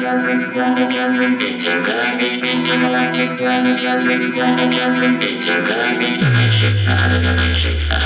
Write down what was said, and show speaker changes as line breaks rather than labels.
intergalactic, planetary, planetary, intergalactic dimension, another dimension,